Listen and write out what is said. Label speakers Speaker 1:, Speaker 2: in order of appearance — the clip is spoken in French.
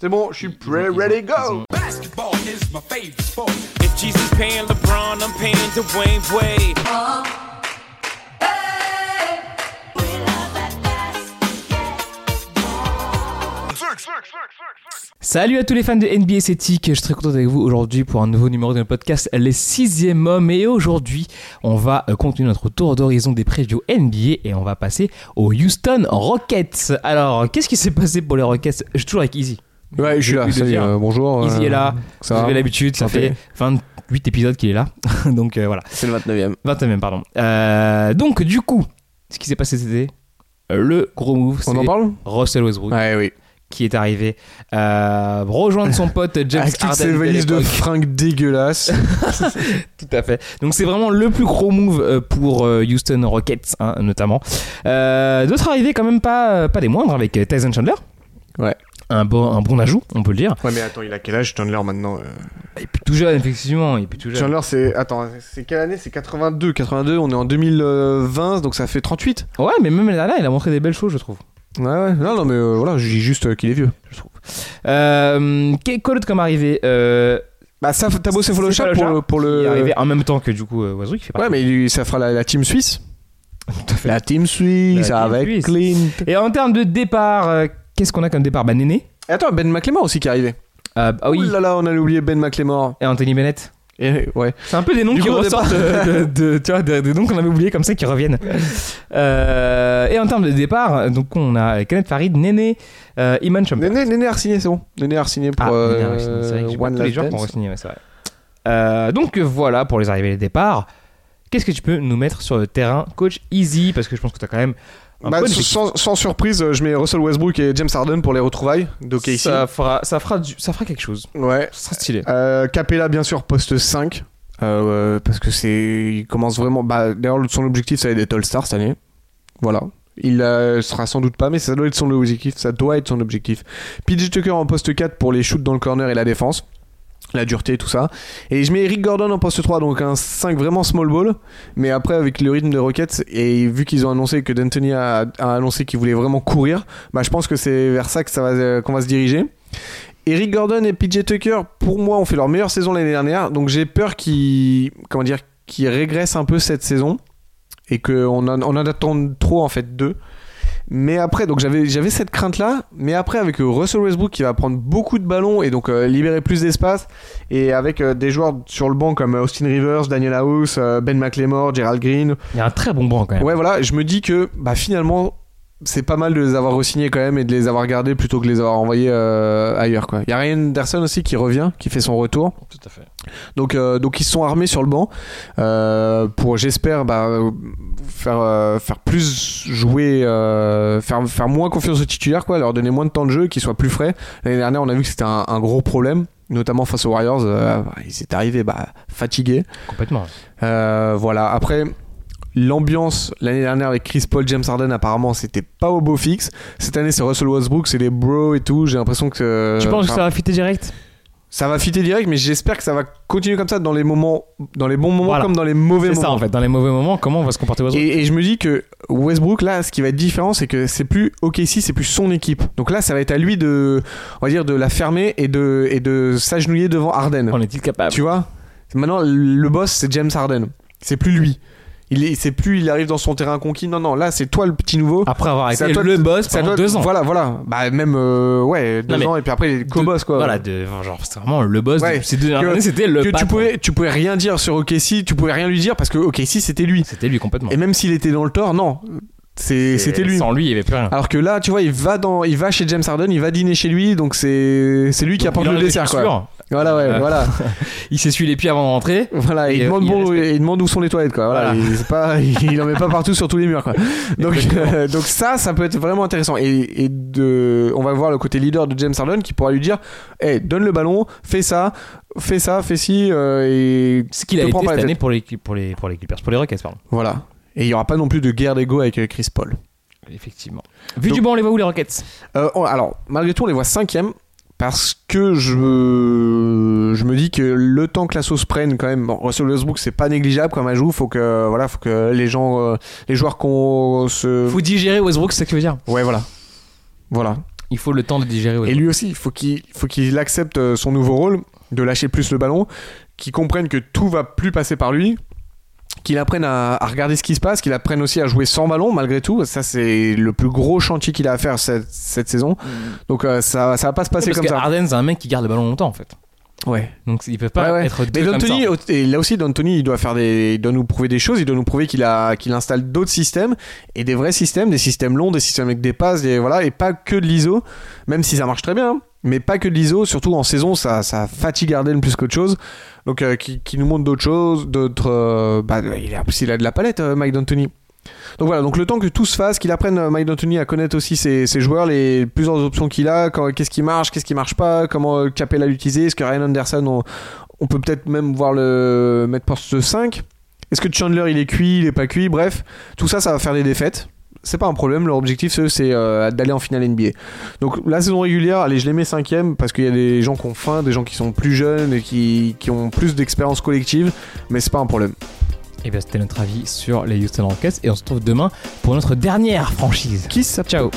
Speaker 1: C'est bon, je suis prêt, ready, go!
Speaker 2: Basketball is my favorite sport. If Jesus paying LeBron, I'm paying Dwayne Wade.
Speaker 3: Salut à tous les fans de NBA Celtic, je suis très content d'être avec vous aujourd'hui pour un nouveau numéro de notre podcast Les Sixièmes Hommes et aujourd'hui on va euh, continuer notre tour d'horizon des previews NBA et on va passer aux Houston Rockets. Alors qu'est-ce qui s'est passé pour les Rockets Je suis toujours avec Easy.
Speaker 4: Ouais, je suis
Speaker 3: J'ai
Speaker 4: là.
Speaker 3: plus de
Speaker 4: Salut,
Speaker 3: dire.
Speaker 4: euh, bonjour.
Speaker 3: Easy
Speaker 4: euh,
Speaker 3: est là,
Speaker 4: ça
Speaker 3: vous
Speaker 4: va
Speaker 3: avez l'habitude, ça
Speaker 4: Santé.
Speaker 3: fait 28 épisodes qu'il est là, donc euh, voilà,
Speaker 5: C'est le 29ème.
Speaker 3: 20 même pardon. Euh, donc du coup, ce qui s'est passé c'était euh, le gros move, c'est
Speaker 4: On en parle
Speaker 3: Russell Westbrook
Speaker 4: Ouais, oui.
Speaker 3: qui est arrivé euh, rejoindre son pote James
Speaker 4: Avec Ah, toutes
Speaker 3: Harden
Speaker 4: ces
Speaker 3: de
Speaker 4: valises de
Speaker 3: l'époque.
Speaker 4: fringues dégueulasses.
Speaker 3: Tout à fait. Donc c'est vraiment le plus gros move euh, pour euh, Houston Rockets hein, notamment. Euh, D'autres arrivées quand même pas, euh, pas des moindres avec euh, Tyson Chandler.
Speaker 4: Ouais.
Speaker 3: Un bon, un bon ajout, on peut le dire.
Speaker 1: Ouais, mais attends, il a quel âge, Chandler, maintenant? euh
Speaker 3: Et puis tout jeune, effectivement. Et puis tout jeune.
Speaker 4: Chandler, c'est. Attends, c'est quelle année C'est 82. 82, on est en 2020, donc ça fait 38.
Speaker 3: Ouais, mais même là, il a montré des belles choses, je trouve.
Speaker 4: Ouais, ouais. Non, non, mais euh, voilà, je dis juste euh, qu'il est vieux.
Speaker 3: Euh, qu'est- Quoi d'autre comme arrivée euh,
Speaker 4: Bah, ça, t'as bossé
Speaker 3: C'est
Speaker 4: Photoshop
Speaker 3: Photoshop
Speaker 4: pour, le- pour
Speaker 3: Qui est
Speaker 4: le.
Speaker 3: arrivée en même temps que du coup euh, Wazoo, qui fait partie.
Speaker 4: Euh. Ouais, mais lui, ça fera la, la team suisse. La team suisse
Speaker 3: La team
Speaker 4: avec
Speaker 3: suisse.
Speaker 4: Clint.
Speaker 3: Et en termes de départ, euh, qu'est-ce qu'on a comme départ Bah Néné.
Speaker 4: Et attends, Ben McLemore aussi qui est arrivé.
Speaker 3: Euh, ah oui.
Speaker 4: Ouh là là, on allait oublier Ben McLemore.
Speaker 3: Et Anthony Bennett.
Speaker 4: Et, ouais.
Speaker 3: C'est un peu des noms
Speaker 4: Du
Speaker 3: qui
Speaker 4: coup, au
Speaker 3: ressortent euh, de, de- tu vois, des, des noms qu'on avait oubliés comme ça qui reviennent. Euh, et en termes de départ, donc on a Kenneth Farid, Néné, euh, Iman Shumpert.
Speaker 4: Néné, Néné a signé, c'est bon. Néné a signé pour
Speaker 3: Ah,
Speaker 4: euh,
Speaker 3: Néné a re-signé, c'est vrai que j'ai pas
Speaker 4: One
Speaker 3: tous les
Speaker 4: Last
Speaker 3: joueurs qui ont
Speaker 4: Dance.
Speaker 3: re-signé, ouais, c'est vrai. Euh, donc euh, voilà pour les arrivées et les départs. Qu'est-ce que tu peux nous mettre sur le terrain, coach Easy Parce que je pense que tu as quand même un
Speaker 4: Bah,
Speaker 3: bon
Speaker 4: sans,
Speaker 3: effectif.
Speaker 4: sans- sans surprise, euh, je mets Russell Westbrook et James Harden pour les retrouvailles d'OKC.
Speaker 3: ça, fera, ça, fera du- ça fera quelque chose.
Speaker 4: Ouais.
Speaker 3: Ça sera stylé.
Speaker 4: Euh, Capella, bien sûr, poste 5. euh, parce que c'est. Il commence vraiment. Bah, D'ailleurs, son objectif, ça va être d'être All-Star cette année. Voilà. Il euh, sera sans doute pas, mais ça doit être son objectif. Ça doit être son objectif. PJ Tucker en poste 4 pour les shoots dans le corner et la défense. La dureté, tout ça. Et je mets Eric Gordon en poste 3, donc un 5 vraiment small ball. Mais après, avec le rythme de Rockets, et vu qu'ils ont annoncé que D'Antoni a, a annoncé qu'il voulait vraiment courir, bah, je pense que c'est vers ça que ça va, euh, qu'on va se diriger. Eric Gordon et PJ Tucker, pour moi, ont fait leur meilleure saison l'année dernière. Donc j'ai peur qu'ils comment dire, qu'ils régressent un peu cette saison et qu'on en, on en attende trop en fait d'eux. Mais après, donc j'avais j'avais cette crainte là. Mais après, avec euh, Russell Westbrook qui va prendre beaucoup de ballons et donc euh, libérer plus d'espace et avec euh, des joueurs sur le banc comme euh, Austin Rivers, Daniel House, euh, Ben McLemore, Gerald Green,
Speaker 3: Il y a un très bon banc quand même.
Speaker 4: Ouais, voilà, je me dis que bah, finalement, c'est pas mal de les avoir re-signés quand même et de les avoir gardés plutôt que de les avoir envoyés euh, ailleurs. quoi. Il y a Ryan Anderson aussi qui revient, qui fait son retour.
Speaker 3: Tout à fait.
Speaker 4: Donc, euh, donc ils se sont armés sur le banc euh, pour, j'espère, bah, euh, faire, euh, faire plus jouer, euh, faire, faire moins confiance aux titulaires, quoi, leur donner moins de temps de jeu, qu'ils soient plus frais. L'année dernière, on a vu que c'était un, un gros problème, notamment face aux Warriors. euh, ils étaient arrivés bah, fatigués.
Speaker 3: Complètement.
Speaker 4: Euh, voilà, après, l'ambiance l'année dernière avec Chris Paul, James Harden, apparemment, c'était pas au beau fixe. Cette année, c'est Russell Westbrook, c'est les bros et tout. J'ai l'impression que.
Speaker 3: tu penses que
Speaker 4: Euh, enfin,
Speaker 3: ça va fitter direct
Speaker 4: ça va fitter direct, mais j'espère que ça va continuer comme ça dans les moments, dans les bons moments
Speaker 3: Voilà.
Speaker 4: comme dans les mauvais
Speaker 3: C'est
Speaker 4: moments.
Speaker 3: ça en fait. Dans les mauvais moments, comment on va se comporter Wazoo
Speaker 4: Et, et je me dis que Westbrook, là, ce qui va être différent, c'est que c'est plus OKC, c'est plus son équipe. Donc là, ça va être à lui de, on va dire, de la fermer et de, et de s'agenouiller devant Harden.
Speaker 3: En est-il capable
Speaker 4: Tu vois Maintenant, le boss, c'est James Harden. C'est plus lui. Il est, c'est plus, il arrive dans son terrain conquis. Non, non, là, c'est toi le petit nouveau.
Speaker 3: Après avoir
Speaker 4: C'est à
Speaker 3: été
Speaker 4: toi
Speaker 3: le
Speaker 4: de-
Speaker 3: boss
Speaker 4: c'est à
Speaker 3: Ah, pendant
Speaker 4: toi-
Speaker 3: deux ans.
Speaker 4: Voilà, voilà. Bah, même, euh, ouais, deux
Speaker 3: Non, mais
Speaker 4: ans, et puis après, il est co-boss, quoi.
Speaker 3: Voilà, de, genre c'est vraiment le boss.
Speaker 4: Ouais.
Speaker 3: de- ces deux dernières
Speaker 4: Que-
Speaker 3: années, c'était le
Speaker 4: Que tu
Speaker 3: patron.
Speaker 4: pouvais, tu pouvais rien dire sur OKC, tu pouvais rien lui dire parce que OKC, c'était lui.
Speaker 3: C'était lui complètement.
Speaker 4: Et même s'il était dans le tort, non. C'est,
Speaker 3: Et
Speaker 4: c'était lui. Ah,
Speaker 3: Sans lui, il n'y avait plus rien.
Speaker 4: Alors que là, tu vois, il va dans, il va chez James Harden, il va dîner chez lui, donc c'est, c'est lui qui
Speaker 3: Donc,
Speaker 4: apporte
Speaker 3: il en
Speaker 4: le
Speaker 3: avait
Speaker 4: dessert,
Speaker 3: plus
Speaker 4: quoi.
Speaker 3: sûr.
Speaker 4: Voilà, ouais,
Speaker 3: Euh.
Speaker 4: voilà.
Speaker 3: Il s'essuie les pieds avant de rentrer.
Speaker 4: Voilà,
Speaker 3: Et,
Speaker 4: il,
Speaker 3: euh,
Speaker 4: demande
Speaker 3: il
Speaker 4: bon-
Speaker 3: respecte.
Speaker 4: il demande où sont les toilettes, quoi. Voilà,
Speaker 3: Voilà.
Speaker 4: Il, c'est pas, il, en met pas partout sur tous les murs, quoi. Donc, euh, donc ça, ça peut être vraiment intéressant. Et, et de, on va voir le côté leader de James Harden qui pourra lui dire, Eh, donne le ballon, fais ça, fais ça, fais ci, euh, et
Speaker 3: Ce qu'il
Speaker 4: Te
Speaker 3: a été
Speaker 4: prends pas
Speaker 3: cette
Speaker 4: la
Speaker 3: année
Speaker 4: tête.
Speaker 3: pour les, pour, les, pour les Clippers, pour les Rockets, pardon.
Speaker 4: voilà. Et il y aura pas non plus de guerre d'ego avec euh, Chris Paul.
Speaker 3: Effectivement. Vu
Speaker 4: Donc-
Speaker 3: du banc, on les voit où les Rockets
Speaker 4: Euh, on- alors, malgré tout, on les voit cinquième parce que je, je me dis que le temps que la sauce prenne quand même, bon, Russell Westbrook c'est pas négligeable comme ajout, faut que voilà, faut que les gens, euh, les joueurs qu'on se,
Speaker 3: Faut digérer Westbrook, c'est ça que tu veux dire
Speaker 4: ouais voilà, voilà.
Speaker 3: Il faut le temps de digérer. ouais.
Speaker 4: Et lui aussi, faut qu'il faut qu'il accepte euh, son nouveau rôle, de lâcher plus le ballon, qu'il comprenne que tout va plus passer par lui, qu'il apprenne à, à regarder ce qui se passe, qu'il apprenne aussi à jouer sans ballon malgré tout. Ça c'est le plus gros chantier qu'il a à faire cette, cette saison. Donc euh, ça ça va pas se passer
Speaker 3: Mmh. Parce
Speaker 4: comme
Speaker 3: que
Speaker 4: ça.
Speaker 3: Harden, c'est un mec qui garde le ballon longtemps en fait.
Speaker 4: Ouais.
Speaker 3: Donc ils peuvent pas
Speaker 4: Ouais, ouais.
Speaker 3: être deux
Speaker 4: Mais
Speaker 3: comme
Speaker 4: D'Antoni,
Speaker 3: ça.
Speaker 4: et là aussi, D'Antoni, il doit faire des, il doit nous prouver des choses, il doit nous prouver qu'il a, qu'il installe d'autres systèmes et des vrais systèmes, des systèmes longs, des systèmes avec des passes, des, voilà, et pas que de l'ISO, même si ça marche très bien, hein. mais pas que de l'ISO, surtout en saison, ça, ça fatigue Harden plus qu'autre chose. Donc, euh, qui, qui nous montre d'autres choses, d'autres, euh, bah, il a, il a de la palette, euh, Mike D'Antoni. Donc voilà, donc le temps que tout se fasse, qu'il apprenne euh, Mike D'Antoni à connaître aussi ses, ses joueurs, les plusieurs options qu'il a, quand- qu'est-ce qui marche, qu'est-ce qui marche pas, comment euh, Capella l'utiliser, est-ce que Ryan Anderson, on, on peut peut-être même voir le mettre poste 5. Est-ce que Chandler il est cuit, il est pas cuit, bref, tout ça ça va faire des défaites. C'est pas un problème, leur objectif c'est- c'est euh, d'aller en finale NBA. Donc la saison régulière, allez, je les mets cinquième parce qu'il y a des gens qui ont faim, des gens qui sont plus jeunes et qui, qui ont plus d'expérience collective, mais c'est pas un problème.
Speaker 3: Et bien c'était notre avis sur les Houston Rockets et on se retrouve demain pour notre dernière franchise.
Speaker 4: Qui ça
Speaker 3: Ciao.